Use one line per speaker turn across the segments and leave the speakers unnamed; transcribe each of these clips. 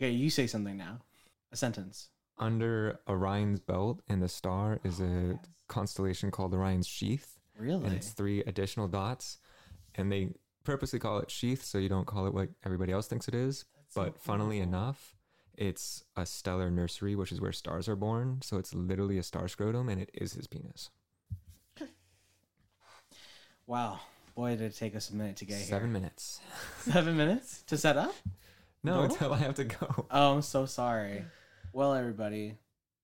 Okay, you say something now. A sentence.
Under Orion's belt and the star is
Oh,
a constellation called Orion's Sheath, and
Really?
it's three additional dots, and they purposely call it Sheath so you don't call it what everybody else thinks it is. but funnily enough, it's a stellar nursery, which is where stars are born. So it's literally a star scrotum, and it is his penis.
Wow. Boy, did it take us a minute to get here.
Seven minutes.
Seven minutes to set up?
No,
No?
until I have to go.
Oh, I'm so sorry. Well, everybody,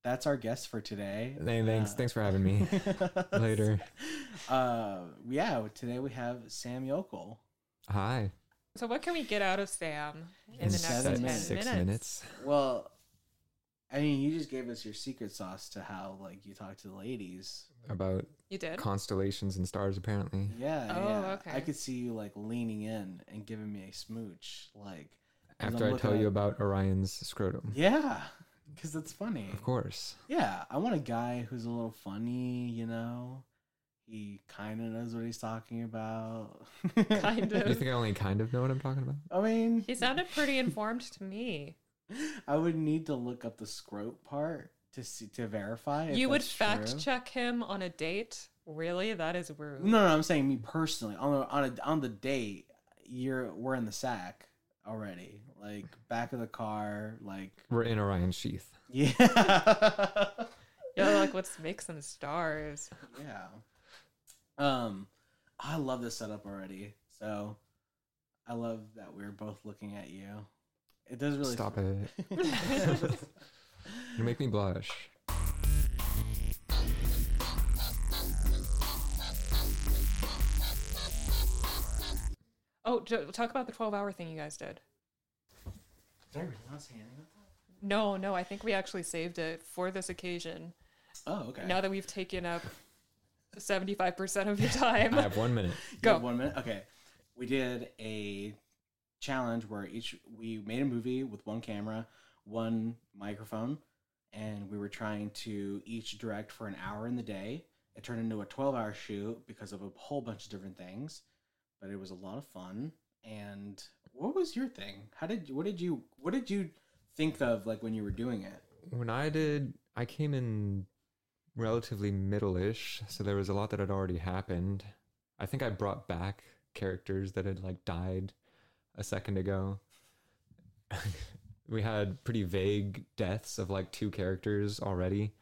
that's our guest for today.
Hey, thanks.
Uh,
Thanks for having me. Later.
Uh, yeah, today we have Sam Yokel.
Hi.
So what can we get out of Sam in,
In
the next
seven
ten
minutes.
minutes?
Six minutes.
Well, I mean, you just gave us your secret sauce to how like you talk to the ladies.
About
You did.
constellations and stars, apparently.
Yeah,
Oh,
yeah.
okay.
I could see you like leaning in and giving me a smooch, like 'cause
After
I'm
I
looking
tell you
at-
about Orion's scrotum.
yeah, because that's funny.
Of course.
Yeah, I want a guy who's a little funny. You know, he kind of knows what he's talking about.
Kind
You
of.
think I only kind of know what I'm talking about?
I mean,
he sounded pretty informed to me.
I would need to look up the scrote part to see to verify. if
You would
that's
fact
true.
check him on a date? Really? That is rude.
No, no, I'm saying me personally. On the, on a, on the date, you're we're in the sack already. Like back of the car, like
We're in Orion's sheath.
yeah.
You're like, let's make some stars.
yeah. Um I love this setup already. So I love that we're both looking at you. It does really
Stop it.
it.
You make me blush.
Oh, jo- talk about the 12 hour thing you guys did. No, no, I think we actually saved it for this occasion.
Oh, okay.
Now that we've taken up 75% of your
I
time.
have one minute.
You have
Go.
One minute. Okay. We did a challenge where each we made a movie with one camera, one microphone, and we were trying to each direct for an hour in the day. It turned into a 12 hour shoot because of a whole bunch of different things, but it was a lot of fun. And what was your thing? How did what did you what did you think of like when you were doing it?
when I did, I came in relatively middle-ish, so there was a lot that had already happened. I think I brought back characters that had like died a second ago. we had pretty vague deaths of like two characters already,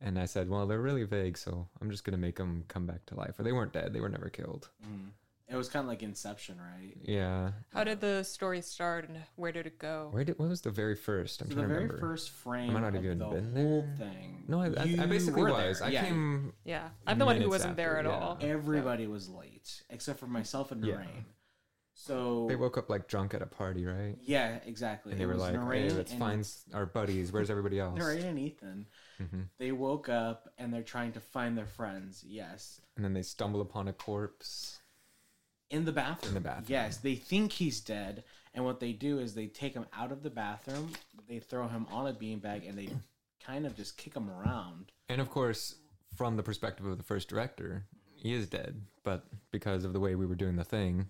and I said, "Well, they're really vague, so I'm just gonna make them come back to life." Or they weren't dead; they were never killed.
Mm. It was kind of like Inception, right?
Yeah.
How did the story start and where did it go?
Where did? What was the very first? I'm
So the
trying to
very
remember.
first frame
I might not
of
have even
the
been
whole
there.
thing.
no, I, I, I
You
basically
were
was.
there.
I
Yeah.
came.
Yeah. I'm the one who
Minutes
wasn't there at
after,
all.
yeah.
Everybody was late except for myself and
Yeah.
Noreen. So
They woke up like drunk at a party, right?
yeah, exactly.
And they
It
were
was
like,
Noreen
hey, let's
and,
find s- our buddies. Where's everybody else?
Noreen and Ethan.
hmm
They woke up and they're trying to find their friends. Yes,
And then they stumble upon a corpse.
in the bathroom.
In the bathroom.
Yes, they think he's dead, and what they do is they take him out of the bathroom. They throw him on a beanbag and they kind of just kick him around.
And of course, from the perspective of the first director, he is dead. But because of the way we were doing the thing,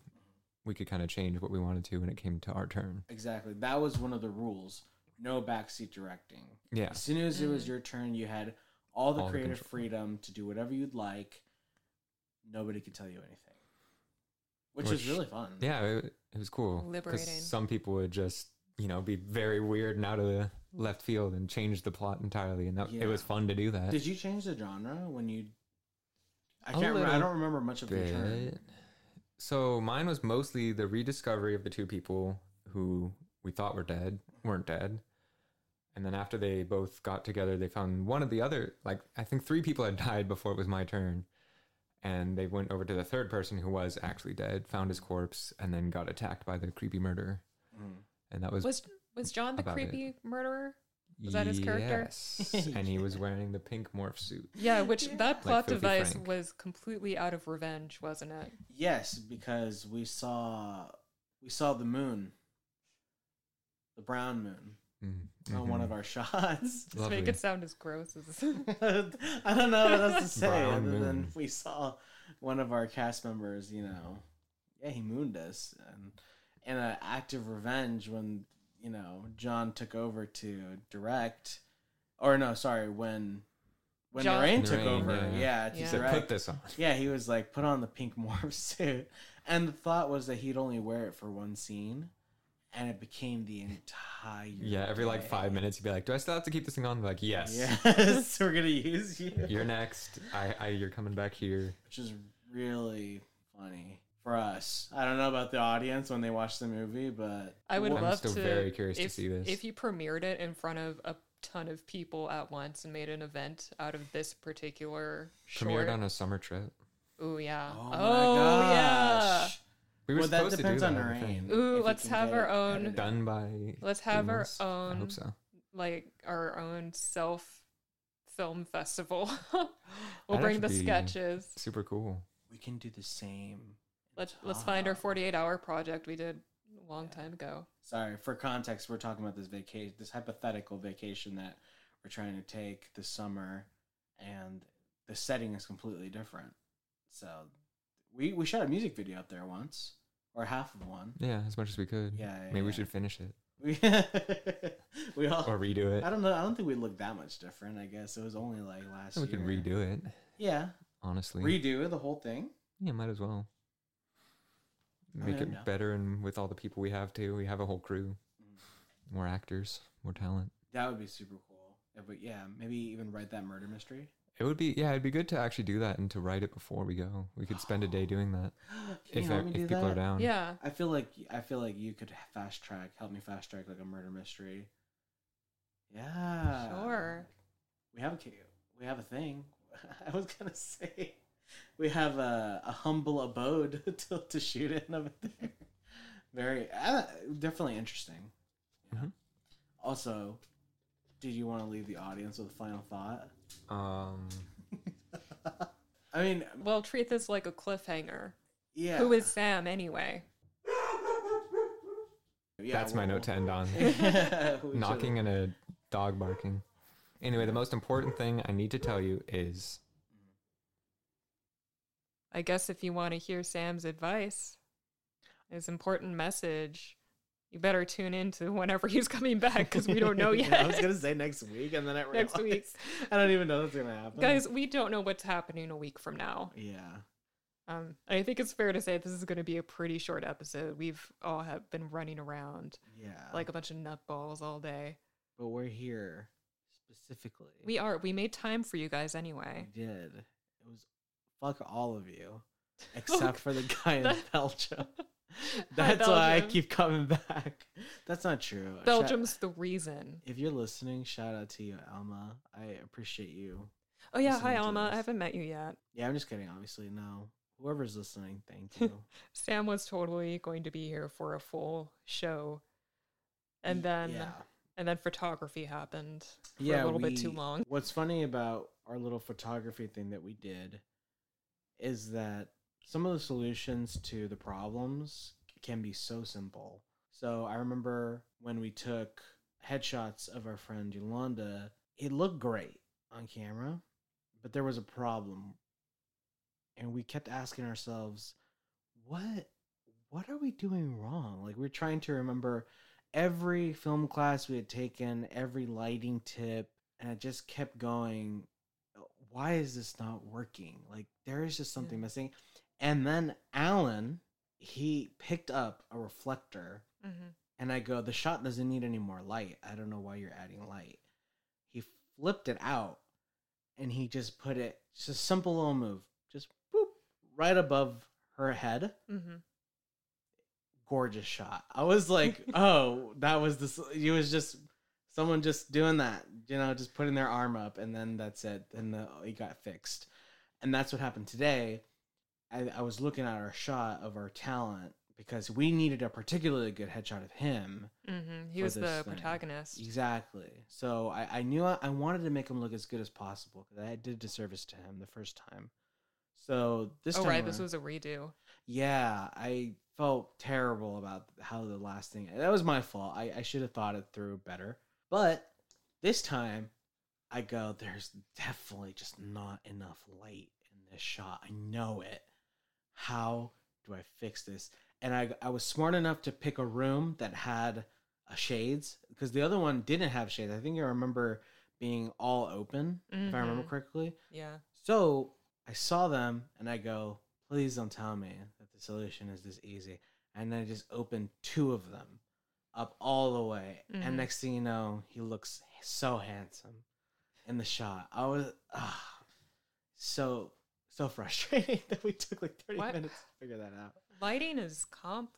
we could kind of change what we wanted to when it came to our turn.
Exactly. That was one of the rules. No backseat directing.
Yeah.
As soon as it was your turn, you had all the
Mm. All the
creative
control.
freedom to do whatever you'd like. Nobody could tell you anything, which,
Which-
is really fun.
Yeah, it, it was cool. 'Cause
Liberating.
Some people would just, you know, be very weird and out of the left field and change the plot entirely. And that,
Yeah.
it was fun to do that.
Did you change the genre when you? I
A
can't. Remember, I
little
don't remember much of your turn.
bit. So mine was mostly the rediscovery of the two people who we thought were dead weren't dead, and then after they both got together, they found one of the other like I think three people had died before it was my turn, and they went over to the third person who was actually dead, found his corpse, and then got attacked by the creepy murderer,
Mm.
and that was,
Was was John the
about it.
creepy murderer? was that his character?
Yes, and he was wearing the pink morph suit.
Yeah, which that plot
Filthy
device
Frank.
was completely out of revenge, wasn't it?
Yes, because we saw we saw the moon, the brown moon,
Mm,
on Oh, one
mhm.
of our shots.
Just make
Lovely.
it sound as gross as
I don't know what else to say
Brown
other than
moon.
we saw one of our cast members, you know, yeah, he mooned us, and in an act of revenge when you know John took over to direct, or no, sorry, when when
John-
Lorraine took
Lorraine,
over,
yeah.
yeah, to
He
He
Yeah.
said,
direct.
put this on.
Yeah, he was like, put on the pink morph suit. And the thought was that he'd only wear it for one scene, and it became the entire.
Yeah, every like
day.
five minutes, you'd be like, do I still have to keep this thing on? They're like, yes.
Yes, we're gonna use you.
You're next. I, I, you're coming back here.
Which is really funny for us. I don't know about the audience when they watch the movie, but
I would
I'm
love
still
to.
very curious to
if,
see this.
If you premiered it in front of a ton of people at once and made an event out of this particular short.
Premiered on a summer trip.
Ooh yeah.
Oh, my gosh.
We were
well, that
supposed to do
depends on
that, I
Lorraine.
think.
if
Ooh,
we
let's
can
have
get
our
it
own-
edited.
Done by.
Let's have our
Lumos? I
own-
hope so.
like our own self film festival. we'll
That'd
bring the
be-
sketches.
Super cool.
We can do the same.
Let's let's find our
Tom.
48 hour project we did a long time ago.
Sorry, for context, we're talking about this vacation, this hypothetical vacation that we're trying to take this summer, and the setting is completely different. So, we we shot a music video up there once, or half of one.
Yeah, as much as we could.
Yeah, yeah,
Maybe we
yeah.
should finish it
We, we all.
or redo it.
I don't know. I don't think we looked that much different. I guess it was only like last.
We could
year.
redo it,
Yeah,
honestly.
redo the whole thing.
yeah, might as well.
I
Make
don't
it
know.
better, and with all the people we have too, we have a whole crew, more actors, more talent.
That would be super cool. Yeah, But yeah, maybe even write that murder mystery.
It would be yeah, it'd be good to actually do that and to write it before we go. We could spend a day doing that
Can you
if
help
ev-
me
if
do
people
that?
are down.
Yeah.
I feel like I feel like you could fast track, help me fast track like a murder mystery. Yeah,
Sure.
We have a ca- we have a thing. I was gonna say we have a, a humble abode to, to shoot in over there. Very uh, definitely interesting.
Mhm.
Also, did you want to leave the audience with a final thought?
Um.
I mean,
Well, treat this like a cliffhanger.
yeah.
Who is Sam anyway?
Yeah,
that's my
we'll-
note to end on.
We should-
Knocking and a dog barking. Anyway, the most important thing I need to tell you is
I guess if you want to hear Sam's advice, his important message, you better tune in to whenever he's coming back because we don't know
Yeah,
yet.
I was gonna say next week, and then I
Next
realized-
week.
I don't even know what's gonna happen,
Guys, we don't know what's happening a week from now.
Yeah,
Um, I think it's fair to say this is going to be a pretty short episode. We've all have been running around
yeah.
like a bunch of nutballs all day.
but we're here specifically.
We are. We made time for you guys
We
anyway.
did. It was fuck all of you, except for the guy in
that-
Belgium.
Hi,
That's why I
Belgium.
keep coming back. That's not true. Shout-
Belgium's the reason.
if you're listening, shout out to you, Alma. I appreciate you.
Oh yeah,
listening
hi
to
Alma.
this.
I haven't met you yet.
Yeah, I'm just kidding. Obviously, no. Whoever's listening, thank you.
Sam was totally going to be here for a full show, and then
yeah.
and then photography happened for
yeah,
a little bit too
we-
long.
What's funny about our little photography thing that we did is that some of the solutions to the problems can be so simple. So I remember when we took headshots of our friend Yolanda, it looked great on camera, but there was a problem. And we kept asking ourselves, what what are we doing wrong? Like we're trying to remember every film class we had taken, every lighting tip, and I just kept going, "Oh, why is this not working? Like there is just something
Yeah.
missing. And then Alan, he picked up a reflector
Mm-hmm.
and I go, the shot doesn't need any more light. I don't know why you're adding light. He flipped it out and he just put it, just a simple little move, just boop, right above her head
Mm-hmm.
gorgeous shot. I was like, oh, that was this. It was just someone just doing that, you know, just putting their arm up, and then that's it, and the, it got fixed. And that's what happened today. I, I was looking at our shot of our talent because we needed a particularly good headshot of him.
Mm-hmm. He
For
was
this uh,
the
thing.
protagonist.
Exactly. So I, I knew I, I wanted to make him look as good as possible because I did a disservice to him the first time. So this
oh
time
right, this
around-
was a redo.
yeah, I felt terrible about how the last thing that was my fault. I, I should have thought it through better. But this time I go, there's definitely just not enough light in this shot. I know it. How do I fix this? And I I was smart enough to pick a room that had uh, shades because the other one didn't have shades. I think I remember being all open, if I remember
Mhm.
correctly.
Yeah.
So I saw them and I go, please don't tell me that the solution is this easy. And I just opened two of them up all the way.
Mhm.
And next thing you know, he looks so handsome in the shot. I was ah, so, so frustrating that we took like 30
What?
minutes to figure that out.
Lighting is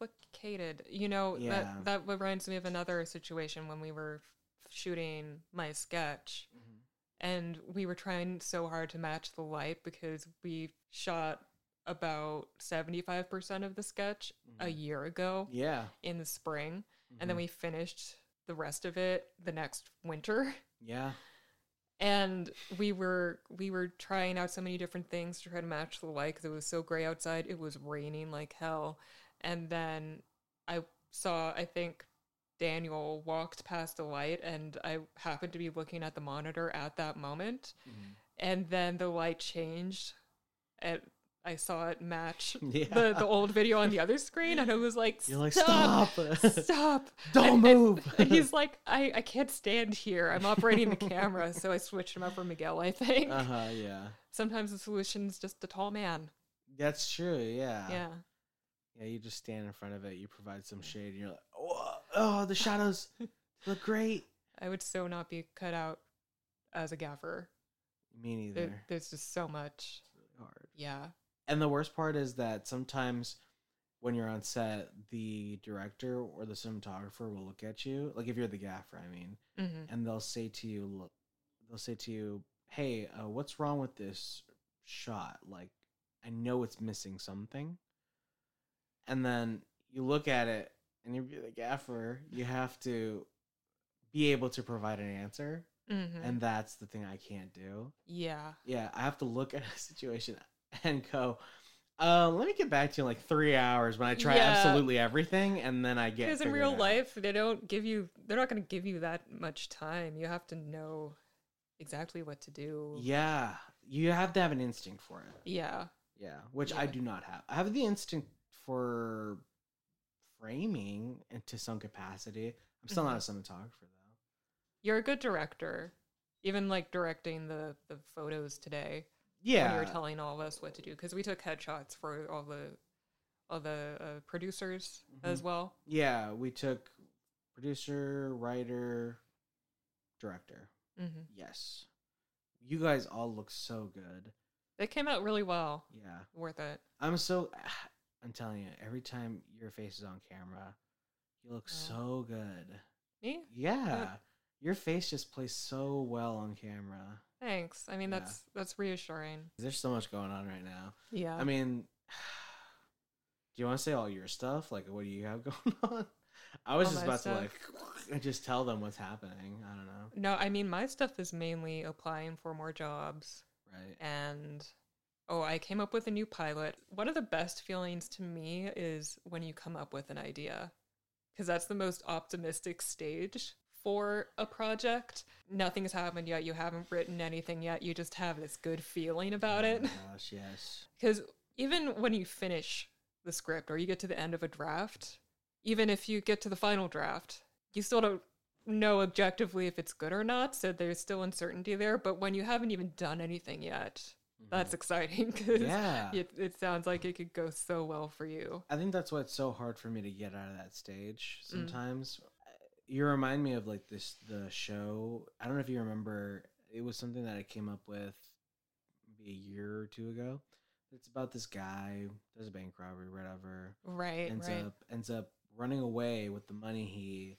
complicated. You know,
Yeah.
that, that reminds me of another situation when we were shooting my sketch and we were trying so hard to match the light because we shot about 75% of the sketch a
Mhm.
year ago
Yeah.
in the spring and then
Mhm.
we finished the rest of it the next winter
Mm-hmm. yeah.
and we were we were trying out so many different things to try to match the light because it was so gray outside it was raining like hell and then i saw i think daniel walked past the light and i happened to be looking at the monitor at that moment and then the light changed and i saw it match
Yeah.
Mm-hmm. the, the old video on the other screen and i was like
You're like,
stop
stop.
stop
don't
and-
move.
and he's like, I, I can't stand here. I'm operating the camera, so I switched him out for Miguel, I think.
uh huh. Yeah.
Sometimes the solution's just the tall man.
That's true. Yeah.
yeah.
Yeah, you just stand in front of it. You provide some shade, and you're like, oh, oh the shadows look great.
I would so not be cut out as a gaffer.
Me
There-
neither.
there's just so much.
Really hard.
Yeah.
And the worst part is that sometimes when you're on set, the director or the cinematographer will look at you, like if you're the gaffer, I mean,
hmm
and they'll say to you, look, they'll say to you, hey, uh, what's wrong with this shot? Like, I know it's missing something. And then you look at it, and if you're the gaffer, you have to be able to provide an answer.
hmm
And that's the thing I can't do.
yeah.
Yeah, I have to look at a situation and go, uh, let me get back to you in like three hours when I try
Yeah.
absolutely everything, and then I get.
Because in
figured
real
out.
life, they don't give you, they're not going to give you that much time. You have to know exactly what to do.
Yeah, you have to have an instinct for it.
Yeah.
Yeah, which I
Yeah.
do not have. I have the instinct for framing and to some capacity. I'm still not a
Mm-hmm.
cinematographer
Oh,
though.
You're a good director. Even like directing the, the photos today. when
Yeah,
you were telling all of us what to do because we took headshots for all the all the uh, producers
Mm-hmm.
as well.
yeah. We took producer, writer, director.
Mm-hmm.
Yes, you guys all look so good.
They came out really well.
Yeah,
Worth it.
I'm so. I'm telling you, every time your face is on camera, you look
Yeah.
so good.
Yeah,
Yeah, your face just plays so well on camera.
thanks. I mean,
Yeah.
that's that's reassuring.
There's so much going on right now.
Yeah.
I mean, do you want to say all your stuff? Like, what do you have going on? I was
All
just
my
about to
stuff.
like and just tell them what's happening. I don't know,
no, I mean my stuff is mainly applying for more jobs
right?
and oh, I came up with a new pilot. One of the best feelings to me is when you come up with an idea because that's the most optimistic stage for a project. Nothing's happened yet. You haven't written anything yet. You just have this good feeling about
Oh
it.
my Gosh, yes.
Because even when you finish the script or you get to the end of a draft, even if you get to the final draft, you still don't know objectively if it's good or not. So there's still uncertainty there. But when you haven't even done anything yet, that's exciting because
Mm-hmm. yeah.
it, it sounds like it could go so well for you.
I think that's why it's so hard for me to get out of that stage
Mm.
sometimes. Uh, You remind me of like this the show. I don't know if you remember. It was something that I came up with maybe a year or two ago. It's about this guy does a bank robbery, whatever.
Right,
ends
right.
up ends up running away with the money he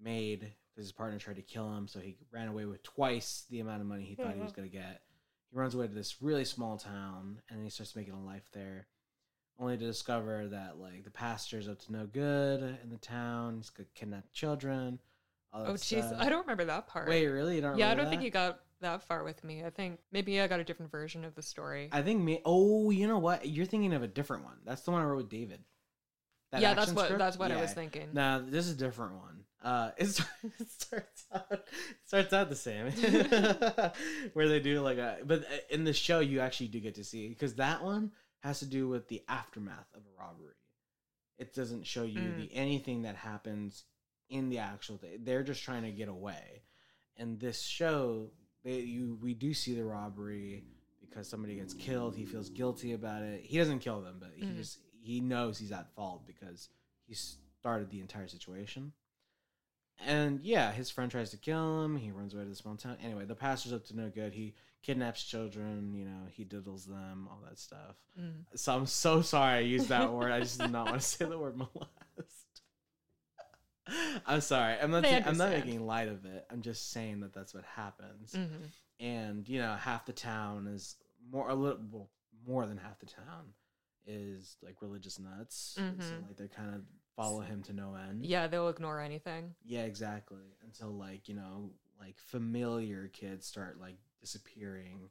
made because his partner tried to kill him, so he ran away with twice the amount of money he thought he was
Mhm.
gonna get. He runs away to this really small town, and he starts making a life there, only to discover that like the pastor's up to no good in the town. He's gonna kidnap children. All that
Oh, jeez.
stuff.
I don't remember that part.
uh, Wait, really? You don't?
yeah, I
remember
don't think
that?
you got that far with me. I think maybe I got a different version of the story.
I think me. Oh, you know what? You're thinking of a different one. That's the one I wrote with David. That
yeah, that's
action
what
script?
that's what I
Yeah,
was thinking.
No, this is a different one. Uh, it, start- it starts out it starts out the same, where they do like a. But uh, in the show, you actually do get to see because that one has to do with the aftermath of a robbery. It doesn't show you
Mm.
the anything that happens in the actual day. They're just trying to get away. And this show, they, you we do see the robbery because somebody gets killed. He feels guilty about it. He doesn't kill them, but he
Mhm.
just he knows he's at fault because he started the entire situation. And yeah, his friend tries to kill him. He runs away to the small town. Anyway, the pastor's up to no good. He kidnaps children. You know, he diddles them, all that stuff.
Mm.
So I'm so sorry I used that word. I just did not want to say the word molest. I'm sorry. I'm not.
They
I'm not
understand.
making light of it. I'm just saying that that's what happens.
Mhm.
And you know, half the town is more a little well, more than half the town is like religious nuts. So
Mhm.
like they kind of follow him to no end.
Yeah, they'll ignore anything.
Yeah, exactly. Until like, you know, like familiar kids start like disappearing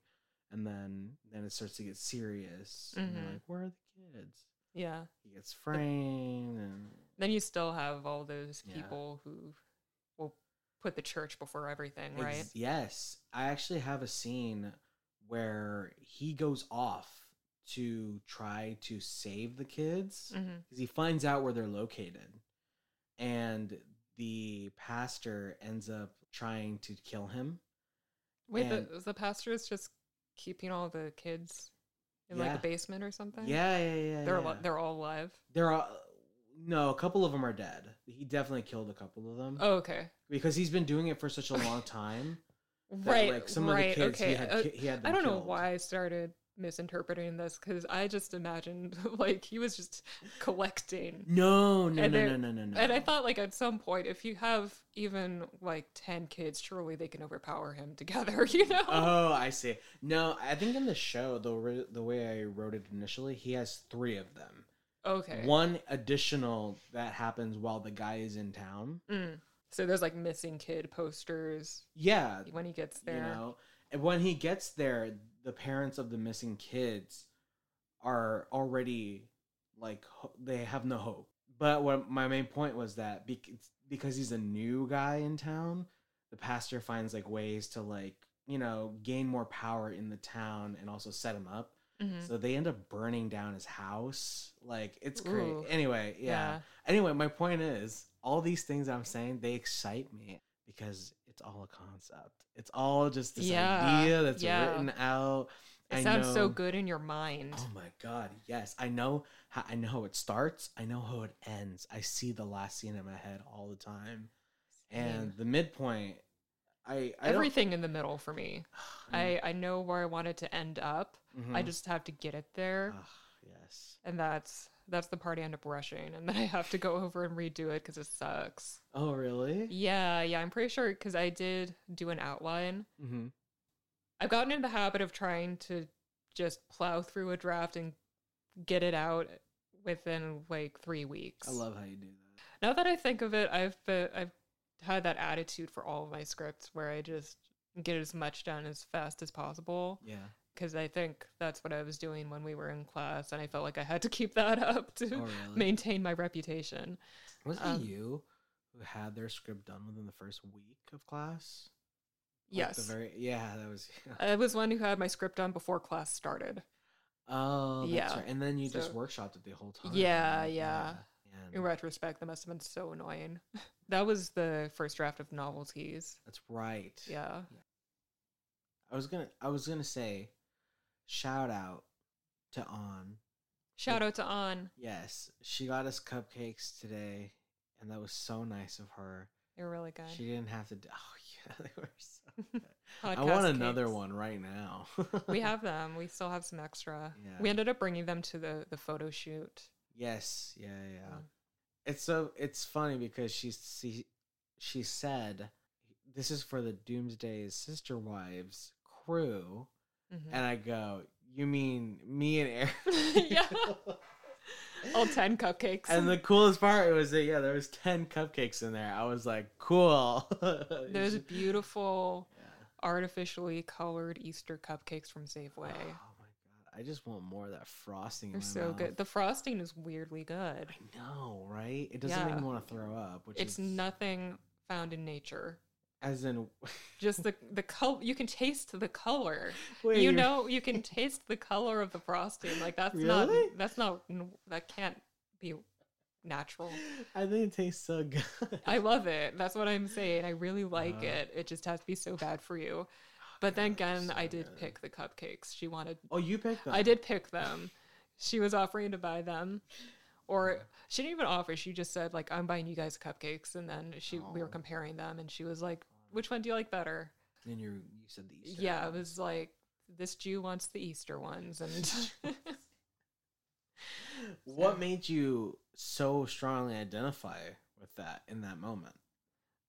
and then then it starts to get serious. And
Mhm.
you're like, where are the kids?
Yeah.
He gets framed and
Then you still have all those
Yeah.
people who will put the church before everything, right?
Ex- yes. I actually have a scene where he goes off to try to save the kids.
Mhm.
because he finds out where they're located and the pastor ends up trying to kill him
Wait,
And-
the, the pastor is just keeping all the kids in like
Yeah.
a basement or something.
yeah yeah yeah
they're
yeah.
al- they're all alive.
There are no a couple of them are dead he definitely killed a couple of them
Oh, okay,
because he's been doing it for such a long time that,
right,
like some of
right,
the kids
okay.
he had,
Uh,
ki- he had
I
them
don't know
killed.
why I started misinterpreting this because I just imagined like he was just collecting.
no no
And
no no
they're-
no no no
And I thought, like, at some point, if you have even like 10 kids, surely they can overpower him together, you know?
oh i see no i think in the show the, ri- the way i wrote it initially he has three of them
okay.
one additional that happens while the guy is in town
Mm. So there's like missing kid posters
yeah
when he gets there.
Uh, you know and when he gets there the parents of the missing kids are already like ho- they have no hope but what my main point was that bec- because he's a new guy in town the pastor finds like ways to like you know gain more power in the town and also set him up
Mhm.
so they end up burning down his house like it's great
Ooh.
anyway yeah.
yeah.
Anyway, my point is, all these things I'm saying, they excite me because it's all a concept. It's all just this
Yeah,
idea that's
yeah.
written out.
It
I
sounds so
know-
good in your mind.
Oh my god, yes. I know how I know how it starts. I know how it ends. I see the last scene in my head all the time. And
Same.
the midpoint, I I don't-
everything in the middle for me. I, I know where I wanted to end up. I
Mhm.
just have to get it there.
Ah, yes.
And that's that's the part I end up rushing. And then I have to go over and redo it because it sucks.
Oh really?
Yeah, yeah. I'm pretty sure because I did do an outline
Mhm.
I've gotten in the habit of trying to just plow through a draft and get it out within like three weeks.
I love how you do that.
now that I think of it, I've been, I've had that attitude for all of my scripts where I just get as much done as fast as possible
Yeah.
because I think that's what I was doing when we were in class, and I felt like I had to keep that up to
Oh really?
maintain my reputation.
Was it
Um,
you who had their script done within the first week of class? Like,
yes. Uh,
The very yeah, that was.
I was one who had my script done before class started.
Oh, that's
yeah,
right. And then you just
so-
workshopped it the whole time.
Yeah,
right?
yeah.
yeah.
In
Man,
retrospect, that must have been so annoying. that was the first draft of novelties.
That's right.
Yeah.
I was gonna. I was gonna say, shout out to On.
Shout out to On.
Yes, she got us cupcakes today, and that was so nice of her.
They were really good.
She didn't have to. d- Oh yeah, they were so. Good. I
Podcast
want another
cakes.
one right now.
we have them. We still have some extra.
Yeah.
We ended up bringing them to the the photo shoot.
Yes, yeah, yeah. yeah.
Mm.
It's so it's funny because she she, she said this is for the Doomsday's sister wives crew,
Mhm.
and I go, you mean me and Eric?
Yeah. All ten cupcakes.
And the coolest part was that yeah, there was ten cupcakes in there. I was like, cool.
Those beautiful,
Yeah.
artificially colored Easter cupcakes from Safeway.
Oh my god! I just want more of that frosting.
They're
in my
so
mouth.
good. The frosting is weirdly good.
I know, right? It doesn't
Yeah.
make me want to throw up. Which
It's
is,
nothing found in nature.
as in.
Just the the color. You can taste the color.
Wait,
you
you're-
know you can taste the color of the frosting like that's
Really?
not that's not that can't be natural.
I think it tastes so good.
I love it. That's what I'm saying. I really like
Uh-huh.
it. It just has to be so bad for you. But then
God,
again,
so
I did
good.
pick the cupcakes. She wanted
Oh, you picked them.
I did pick them. She was offering to buy them. Or she didn't even offer. She just said like I'm buying you guys cupcakes and then she we were
Oh.
comparing them and she was like which one do you like better?
Then you you said the Easter.
yeah, it
one.
was like this Jew wants the Easter ones and
What
So-
made you so strongly identify with that in that moment?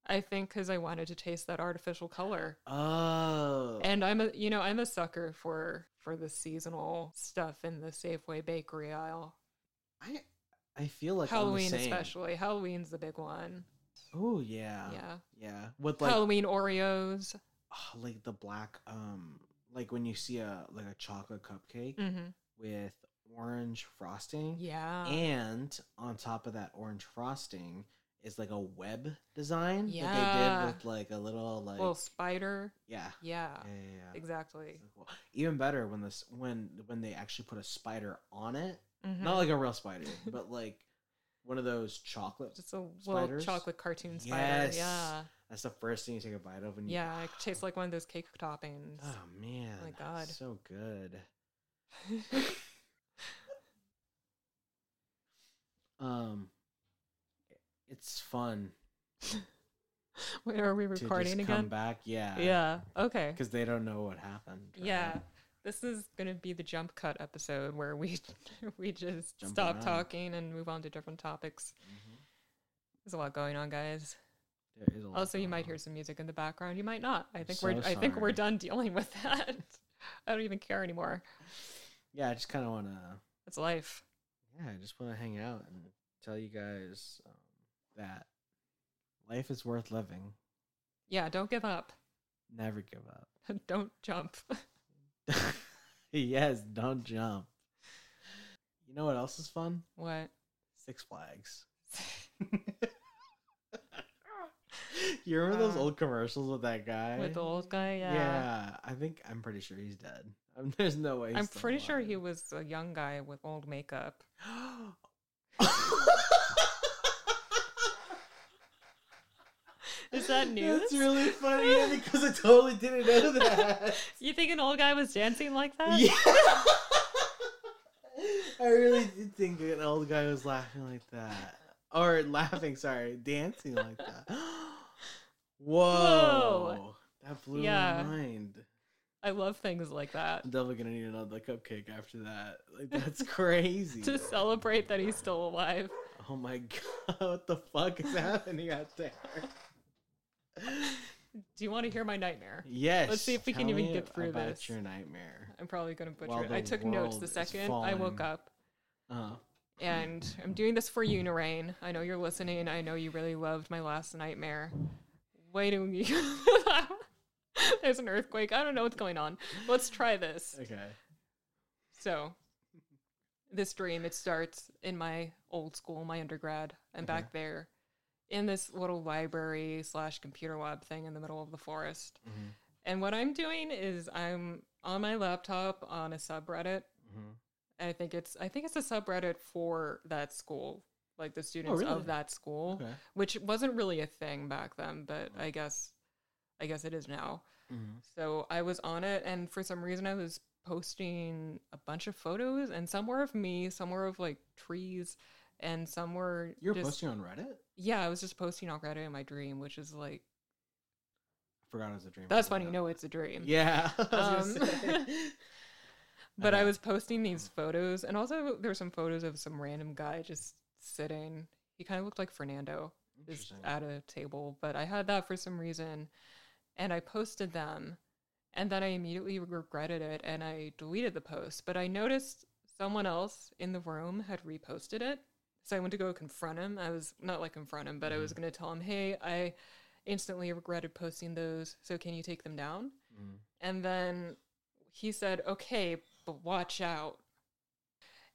I think cuz I wanted to taste that artificial color.
Oh,
And I'm a you know, I'm a sucker for for the seasonal stuff in the Safeway bakery aisle.
I I feel like
Halloween
I'm the same.
especially. Halloween's the big one.
Oh yeah, yeah,
yeah.
With like
Halloween Oreos.
ah, like the black um like when you see a like a chocolate cupcake
Mhm.
with orange frosting,
Yeah.
and on top of that orange frosting is like a web design that
Yeah.
they did with like a little like
Little spider.
yeah.
Yeah.
Yeah, yeah, yeah.
Exactly.
So cool. Even better when this when when they actually put a spider on it.
Mhm.
Not like a real spider, but like one of those chocolate.
Just a little
spiders.
chocolate cartoon spider.
Yes.
Yeah.
That's the first thing you take a bite of when you
Yeah. It tastes like one of those cake toppings.
Oh man.
God.
So good. Um it's fun
Wait, are we
to just
recording
come
again?
back. Yeah.
Yeah. Okay.
Because they don't know what happened. right?
Yeah. This is gonna be the jump cut episode where we we just
Jump
stop
around.
talking and move on to different topics.
Mhm.
There's a lot going on, guys.
There is a lot
Also, you
going
might
on.
hear some music in the background. You might not. I
I'm
think we're
so
I think we're
sorry.
done dealing with that. I don't even care anymore.
Yeah, I just kinda wanna
It's life.
yeah, I just wanna hang out and tell you guys um, that life is worth living.
Yeah, don't give up.
Never give up.
don't jump.
yes, don't jump. You know what else is fun?
what?
Six Flags. you remember those
Uh,
old commercials with that guy?
With the old guy? Yeah.
Yeah, I think I'm pretty sure he's dead. I mean, there's no way. He's
I'm
still
pretty sure he
alive.
was a young guy with old makeup. Is that news?
That's really funny yeah, because I totally didn't know that.
You think an old guy was dancing like that?
yeah. I really did think an old guy was laughing like that. Or laughing, sorry, dancing like that. Whoa. That blew
Yeah.
my mind.
I love things like that.
I'm definitely gonna need another cupcake after that. Like that's crazy.
To celebrate that he's still alive.
Oh my god, what the fuck is happening out there?
Do you want to hear my nightmare?
Yes.
Let's see if we can
tell
even
me
get through
about
this.
Your nightmare.
I'm probably going to butcher
While
it. I
the
took notes
world
the
is
second I woke
falling.
up.
Uh,
And I'm doing this for you, Noreen. I know you're listening. I know you really loved my last nightmare. Wait till you. There's an earthquake. I don't know what's going on. Let's try this.
okay.
So, this dream, it starts in my old school, my undergrad. I'm
Okay.
back there in this little library slash computer lab thing in the middle of the forest.
Mhm.
And what I'm doing is I'm on my laptop on a subreddit
Mhm.
I think it's I think it's a subreddit for that school, like the students
really?
of that school,
Okay.
which wasn't really a thing back then, but
Oh.
I guess I guess it is now.
Mhm.
So I was on it and for some reason I was posting a bunch of photos and some were of me, some were of like trees and some were
You're
just,
posting on Reddit? I
Yeah, I was just posting on Reddit in my dream, which is like
forgot it was a dream.
that's
for
funny,
Reddit.
no, it's a dream.
Yeah. I was gonna
Um,
say.
But I
Okay.
was posting these photos, and also there were some photos of some random guy just sitting. He kind of looked like Fernando, just
Interesting.
at a table. But I had that for some reason, and I posted them, and then I immediately regretted it, and I deleted the post. But I noticed someone else in the room had reposted it, so I went to go confront him. I was not like confront him, but I was
Mm-hmm.
going to tell him, "Hey, I instantly regretted posting those. So can you take them down?"
Mhm.
And then he said, okay, but watch out.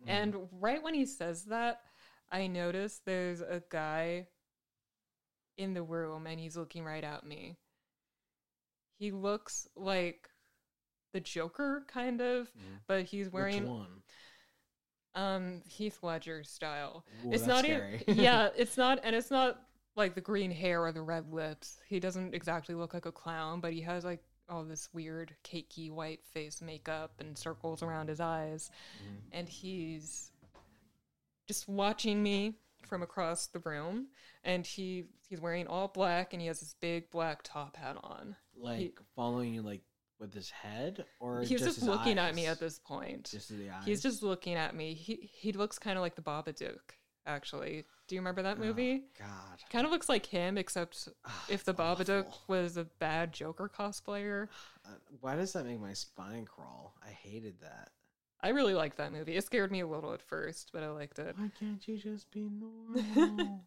Mhm.
And right when he says that, I notice there's a guy in the room and he's looking right at me. He looks like the Joker, kind of,
Mhm.
but he's
Which
wearing
one?
um Heath Ledger style.
Ooh,
it's
that's
not
scary.
even yeah, it's not and it's not like the green hair or the red lips. He doesn't exactly look like a clown, but he has like all this weird cakey white face makeup and circles around his eyes
Mm-hmm.
Mhm.
and he's just watching me from across the room and he he's wearing all black and he has this big black top hat on
Like following you like with his head or
he's just,
just, his
looking at me
eyes?
at this point
Just the eyes.
he's just looking at me he he looks kind of like the babadook actually do you remember that
Oh,
movie
God.
kind of looks like him except
Ah,
if the
awful.
babadook was a bad joker cosplayer
Uh, why does that make my spine crawl? I hated that.
i really liked that movie it scared me a little at first but i liked it
Why can't you just be normal?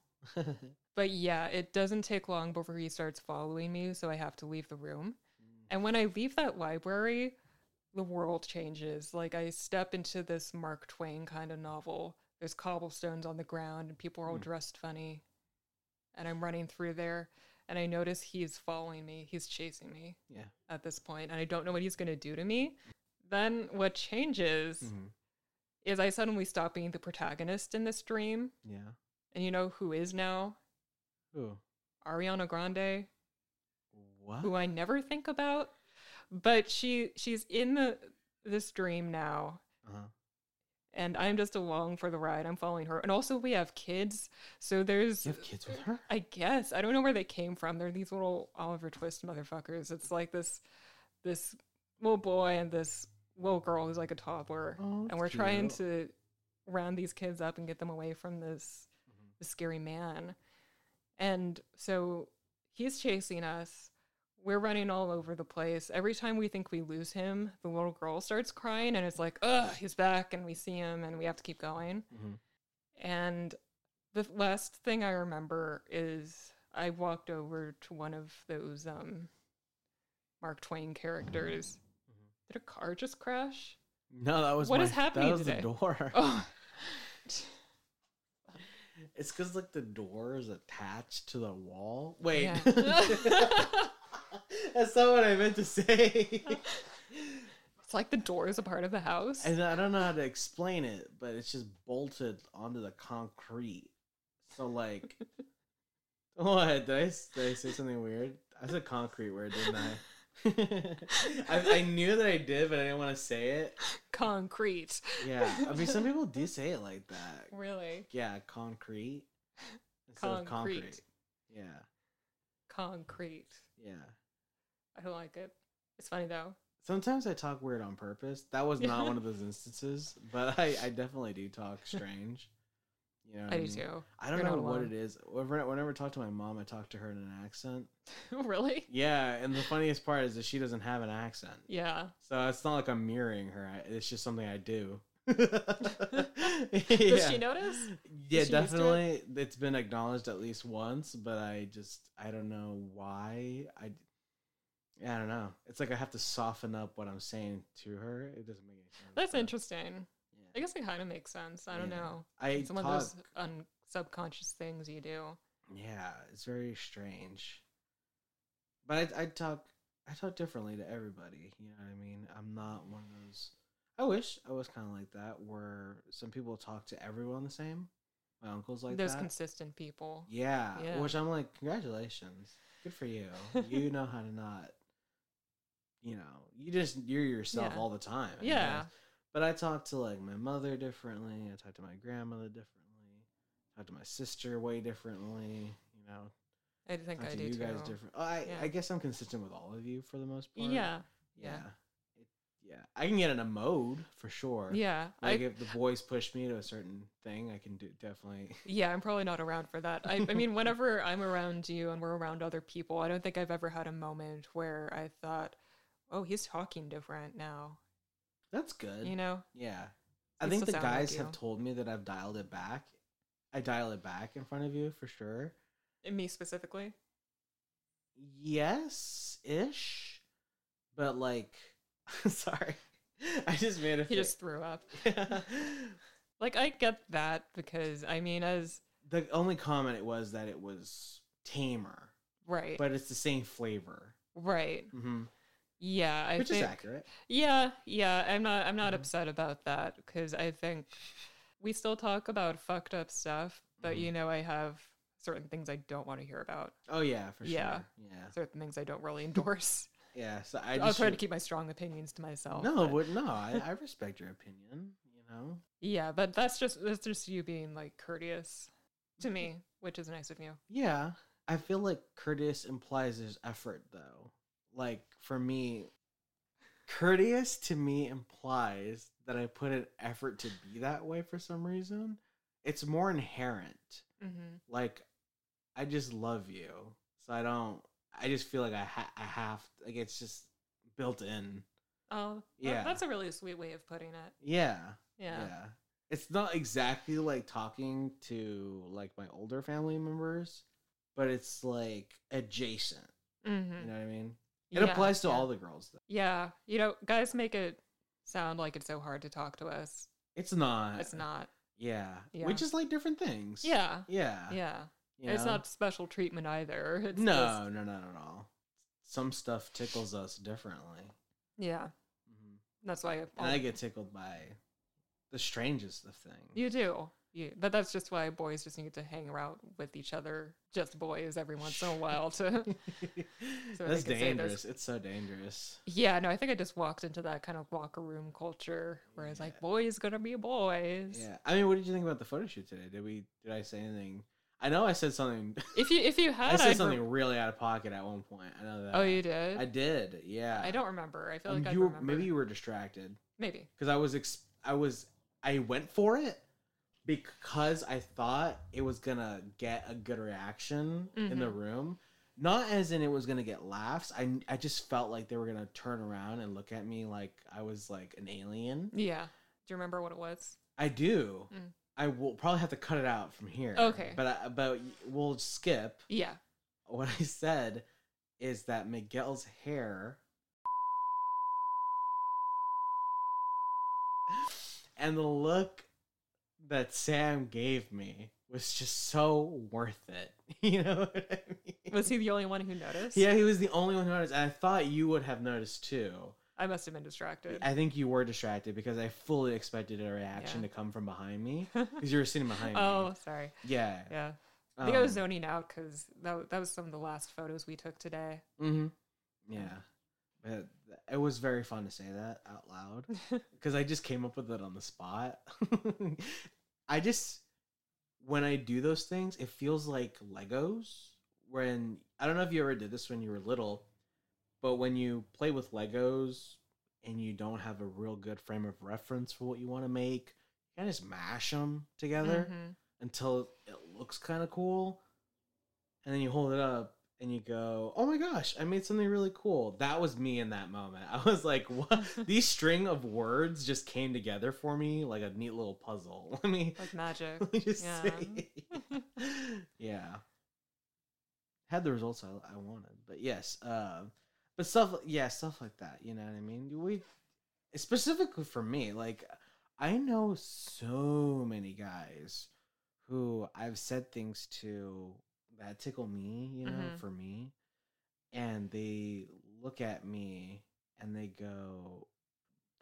But yeah, it doesn't take long before he starts following me, so I have to leave the room. And when I leave that library, the world changes. Like I step into this Mark Twain kind of novel. There's cobblestones on the ground and people are all
Hmm.
dressed funny. And I'm running through there and I notice he's following me. He's chasing me.
Yeah.
At this point, and I don't know what he's going to do to me. Then what changes
Mhm.
is I suddenly stop being the protagonist in this dream.
Yeah.
And you know who is now?
Ooh.
Ariana Grande,
What?
who I never think about, but she she's in the this dream now,
Uh-huh.
and I'm just along for the ride. I'm following her, and also we have kids, so there's
You have kids with her?
I guess I don't know where they came from. They're these little Oliver Twist motherfuckers. It's like this this little boy and this little girl who's like a toddler,
Oh,
and we're trying to round these kids up and get them away from this
Mhm.
this scary man. And so he's chasing us. We're running all over the place. Every time we think we lose him, the little girl starts crying and it's like, "Ugh, he's back." And we see him and we have to keep going.
Mhm.
And the last thing I remember is I walked over to one of those um Mark Twain characters. Did a car just crash?
Mm-hmm. No, that was
What
my,
is happening
That was
today?
the door.
Oh.
It's because like the door is attached to the wall. Wait,
Oh, Yeah.
that's not what I meant to say.
It's like the door is a part of the house.
and I don't know how to explain it, but it's just bolted onto the concrete. So like, what did I, s- did I say something weird? I said concrete word, didn't I? I, I knew that I did, but I didn't want to say it.
Concrete.
Yeah, I mean, some people do say it like that.
Really?
Yeah, concrete. Instead of
Concrete.
concrete. Yeah,
Concrete.
yeah.
I don't like it. It's funny though.
Sometimes I talk weird on purpose. That was not
Yeah.
one of those instances, but I, I definitely do talk strange. You know, what
I do
mean?
too.
I don't
You're
know
not
what
alone.
it is. Whenever, whenever I talk to my mom, I talk to her in an accent.
really?
Yeah, and the funniest part is that she doesn't have an accent,
Yeah.
so it's not like I'm mirroring her. I- It's just something I do.
Does
Yeah.
she notice?
Yeah,
Is she used to
definitely. It's been acknowledged at least once, but I just I don't know why. I I don't know. It's like I have to soften up what I'm saying to her. It doesn't make any sense.
That's
but-
interesting. I
Yeah.
guess it kind of makes sense. I don't
Yeah.
know.
I
It's one
talk-
of those un- subconscious things you do.
Yeah, it's very strange. But I, I talk I talk differently to everybody. You know what I mean? I'm not one of those. I wish I was kind of like that, where some people talk to everyone the same. My uncle's like
Those
that.
consistent people.
Yeah,
Yeah.
which I'm like, congratulations, good for you. You know how to not, you know, you just you're yourself
Yeah.
all the time. I
Yeah.
guess. But I talk to like my mother differently. I talk to my grandmother differently. I talk to my sister way differently. You know,
I think
talk
I
to
do
you
too.
guys different. Oh, I
Yeah.
I guess I'm consistent with all of you for the most part.
Yeah.
yeah,
yeah.
It- yeah. I can get in a mode for sure.
Yeah.
Like
I,
if the voice pushed me to a certain thing, I can do definitely.
yeah, I'm probably not around for that. I, I mean, whenever I'm around you and we're around other people, I don't think I've ever had a moment where I thought, oh, he's talking different now.
That's good.
You know?
Yeah. I
You
think the
still sound like
guys have
you.
told me that I've dialed it back. I dial it back in front of you for sure.
And me specifically.
Yes, ish. But like, sorry. I just made a
He
face.
just threw up. Like, I get that because, I mean, as
the only comment it was that it was tamer,
right,
but it's the same flavor.
right,
Mm-hmm.
yeah, I
Which
think,
is accurate.
yeah, yeah. I'm not, I'm not
Mhm.
upset about that because I think we still talk about fucked up stuff, but
Mm-hmm.
you know, I have certain things I don't want to hear about,
Oh yeah, for
Yeah.
sure. Yeah.
certain things I don't really endorse.
Yeah. So I
I'll
just
try to keep my strong opinions to myself.
No,
but-
but no, I, I respect your opinion, you know.
yeah, but that's just that's just you being like courteous to
Mm-hmm.
me, which is nice of you.
Yeah. I feel like courteous implies there's effort though. Like for me, courteous to me implies that I put an effort to be that way for some reason. It's more inherent.
hmm
Like I just love you. So I don't I just feel like I ha- I have like it's just built in.
Oh, yeah,
Yeah.
that's a really sweet way of putting it.
Yeah.
Yeah,
It's not exactly like talking to like my older family members, but it's like adjacent.
hmm
You know what I mean? It applies to all the girls though.
Yeah, you know, guys make it sound like it's so hard to talk to us.
It's not.
It's not.
Yeah.
Yeah.
We just like different things.
Yeah,
Yeah.
yeah.
you
It's
know?
not special treatment either. It's
No,
just-
no, not at all. Some stuff tickles us differently.
yeah,
Mhm.
that's why. I,
And I get tickled by the strangest of things.
you do. You, but that's just why boys just need to hang out with each other, just boys, every once in a while. To So
That's
I think it's saying there's-
dangerous. It's so dangerous.
yeah, no, I think I just walked into that kind of locker room culture where it's like,
Yeah.
boys gonna be boys.
Yeah. I mean, what did you think about the photo shoot today? Did we did I say anything? I know I said something
If you if you had,
I said
I'd
something
rem-
really out of pocket at one point. I know that.
oh, you did.
I did. Yeah.
I don't remember. I feel
Um,
like I
you were,
remember.
maybe you were distracted
maybe.
because I was ex- I was I went for it because I thought it was gonna get a good reaction in the
Mhm.
room. Not as in it was gonna get laughs. I I just felt like they were gonna turn around and look at me like I was like an alien.
Yeah. Do you remember what it was?
I do.
Mm.
I will probably have to cut it out from here.
Okay.
But I, but we'll skip.
Yeah.
What I said is that Miguel's hair and the look that Sam gave me was just so worth it. You know what I mean?
Was he the only one who noticed?
yeah, he was the only one who noticed, and I thought you would have noticed too.
I must have been distracted.
I think you were distracted because I fully expected a reaction
Yeah.
to come from behind me because you were sitting behind me.
oh, sorry.
Yeah.
Yeah. I think I was
um,
zoning out because that, wa- that was some of the last photos we took today.
hmm Yeah. But th- it was very fun to say that out loud because I just came up with it on the spot. I just, when I do those things, it feels like Legos. When, I don't know if you ever did this when you were little, but when you play with Legos and you don't have a real good frame of reference for what you want to make, you kind of just mash them together
Mhm.
until it looks kind of cool. And then you hold it up and you go, "Oh my gosh, I made something really cool." That was me in that moment. I was like, "What?" These string of words just came together for me like a neat little puzzle. Let me,
Like magic.
let me just
Yeah.
say, yeah. Had the results I, I wanted, but yes, uh, but stuff, yeah, stuff like that. You know what I mean? We specifically for me, like I know so many guys who I've said things to that tickle me, you know,
Mhm.
for me, and they look at me and they go,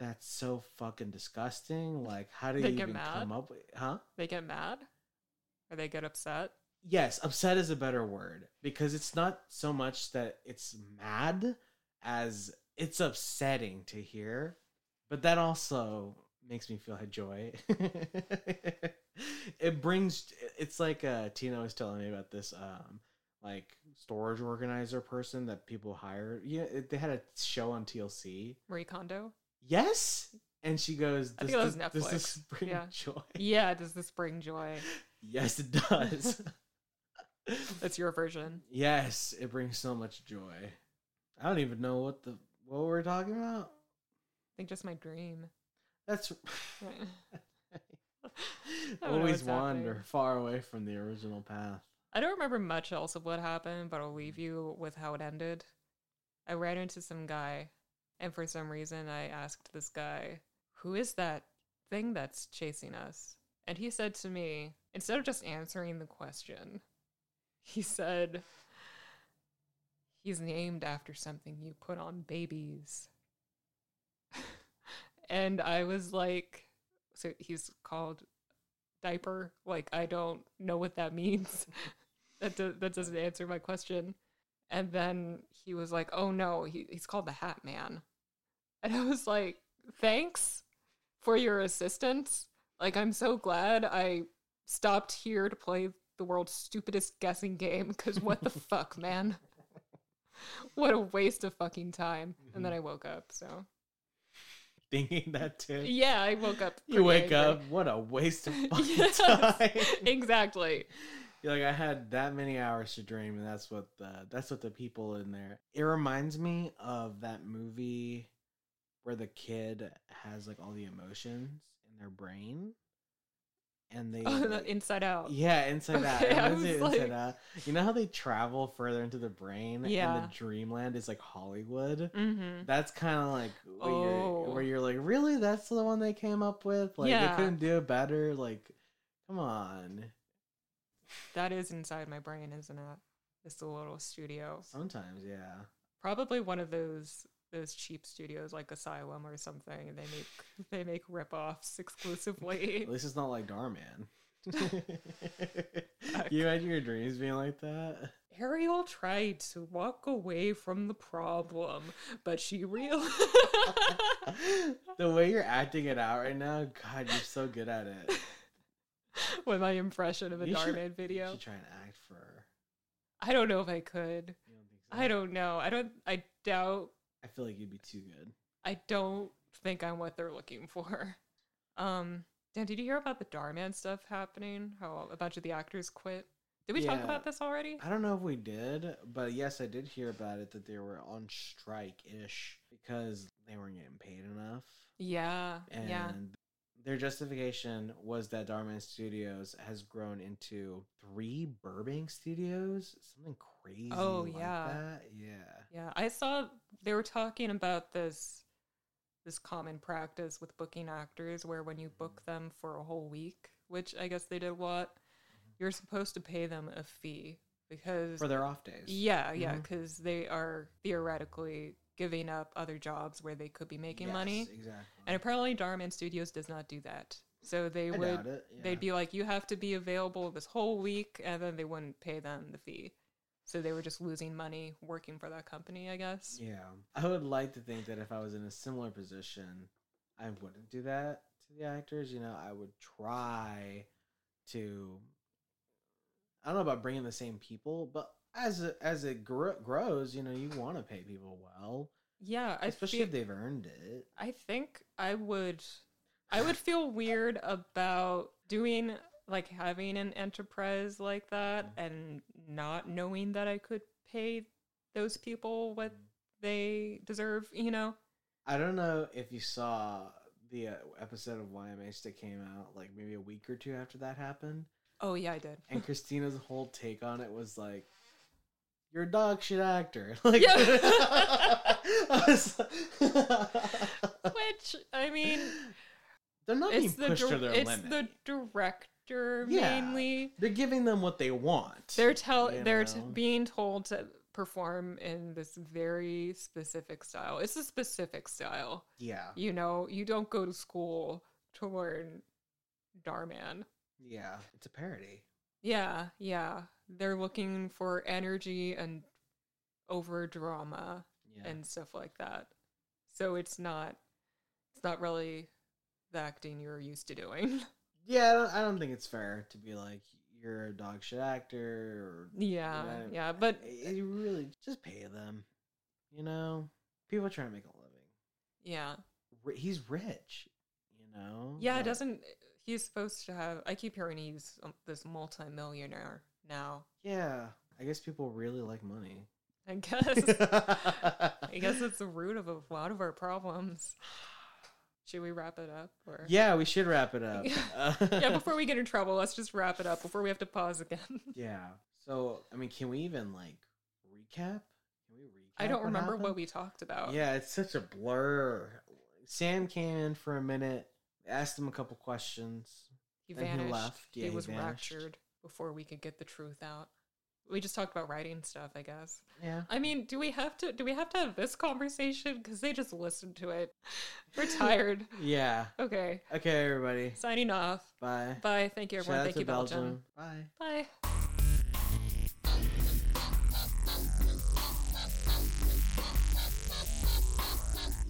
"That's so fucking disgusting! Like, how do
They
you
get
even
mad?
come up with, huh?"
They get mad or they get upset.
yes, upset is a better word because it's not so much that it's mad as it's upsetting to hear, but that also makes me feel joy. it brings it's like uh Tina was telling me about this um like storage organizer person that people hire. Yeah, it, they had a show on TLC.
Marie Kondo.
Yes, and she goes,
I
"Does
think
this,
that was
does this
Netflix.
bring
Yeah.
joy?"
Yeah. Does this bring joy?
Yes, it does.
That's your version.
Yes, it brings so much joy. I don't even know what the what we're talking about.
I think just my dream.
That's
know
always
what's happening.
wander far away from the original path.
I don't remember much else of what happened, but I'll leave you with how it ended. I ran into some guy, and for some reason, I asked this guy, Who is that thing that's chasing us? And he said to me, instead of just answering the question, he said, He's named after something you put on babies. and I was like, So he's called diaper. Like I don't know what that means. that do- that doesn't answer my question. And then he was like, "Oh no, he, he's called the Hat Man," and I was like, "Thanks for your assistance. Like I'm so glad I stopped here to play the world's stupidest guessing game. Because what the fuck, man." What a waste of fucking time. And then I woke up, so.
Thinking that too.
Yeah, I woke up.
You
pretty
wake
angry.
up. What a waste of fucking
Yes.
time.
exactly.
You're like I had that many hours to dream, and that's what the that's what the people in there. It reminds me of that movie where the kid has like all the emotions in their brain, and they
Oh,
like-
the Inside Out.
yeah inside out.
Okay,
It
I
reminds me of
was
Inside
like-
Out. You know how they travel further into the brain, and
Yeah.
the dreamland is like Hollywood.
Mm-hmm.
That's kind of like what you're-
Oh.
where you're like, really? That's the one they came up with? Like,
Yeah.
they couldn't do it better? Like, come on.
That is inside my brain, isn't it? It's a little studio.
Sometimes, yeah.
Probably one of those those cheap studios like Asylum or something. and They make they make ripoffs exclusively.
At least it's not like Darman. you imagine your dreams being like that?
Ariel tried to walk away from the problem, but she real.
the way you're acting it out right now, God, you're so good at it.
With my impression of a
You should-
Darman
You
video,
should try and act for.
I don't know if I could.
You don't think so?
I don't know. I don't. I doubt
I feel like you'd be too good.
I don't think I'm what they're looking for. Um, Dan, did you hear about the Darman stuff happening? How a bunch of the actors quit? Did we talk
Yeah.
about this already?
I don't know if we did, but yes, I did hear about it that they were on strike ish because they weren't getting paid enough.
Yeah,
And
yeah.
their justification was that Darman Studios has grown into three Burbank studios. Something crazy.
Oh,
like
yeah.
that. Yeah.
Yeah, I saw they were talking about this this common practice with booking actors where when you
Mm-hmm.
book them for a whole week, which I guess they did a lot, you're supposed to pay them a fee because
Mm-hmm. For their off days.
yeah, yeah,
Mhm.
because they are theoretically giving up other jobs where they could be making
Yes,
money.
Exactly.
And apparently, Darman Studios does not do that. So
I
they would
doubt it. Yeah.
they'd be like, "You have to be available this whole week," and then they wouldn't pay them the fee. So they were just losing money working for that company, I guess.
Yeah. I would like to think that if I was in a similar position, I wouldn't do that to the actors. You know, I would try to. I don't know about bringing the same people, but as it, as it gr- grows, you know, you want to pay people well,
Yeah, I
especially
feel,
if they've earned it.
I think I would I would feel weird about doing like having an enterprise like that
Mm-hmm.
and not knowing that I could pay those people what they deserve, you know?
I don't know if you saw the uh, episode of YMH that came out like maybe a week or two after that happened.
Oh yeah, I did.
and Christina's whole take on it was like, "You're a dog shit actor." Like,
Yeah.
I was like-
Which I mean,
they're not being
it's the
pushed to
dir-
their
it's
limit.
the director
Yeah.
mainly.
They're giving them what they want.
They're tell
You
they're t-
know?
being told to perform in this very specific style. It's a specific style.
yeah,
You know, you don't go to school to learn Darman.
yeah. It's a parody.
Yeah, yeah. They're looking for energy and over drama
Yeah,
and stuff like that. So it's not it's not really the acting you're used to doing.
yeah. I don't, I don't think it's fair to be like, "You're a dog shit actor." Or,
Yeah,
Yeah.
yeah, but
it, it really just pay them. You know, people trying to make a living.
yeah,
Ri- He's rich. You know.
yeah. It
Like-
doesn't. He's supposed to have. I keep hearing he's um, this multimillionaire now.
Yeah, I guess people really like money.
I guess. I
I
guess it's the root of a lot of our problems. Should we wrap it up? Or
Yeah, we should wrap it up. Uh,
yeah. Before we get in trouble, let's just wrap it up before we have to pause again.
yeah. So, I mean, can we even like recap? Can we recap?
I don't remember what
happened?
we talked about.
Yeah, it's such a blur. Sam came in for a minute, asked him a couple questions.
he
then he
vanished.
left.
He,
Yeah, he
was
vanished.
raptured before we could get the truth out. we just talked about writing stuff, I guess.
Yeah.
I mean, do we have to do we have to have this conversation cuz they just listened to it. We're tired.
Yeah.
Okay.
Okay, everybody.
Signing off.
Bye.
Bye. Thank you everyone.
Shout out
Thank
to
you Belgium.
Bye.
Bye.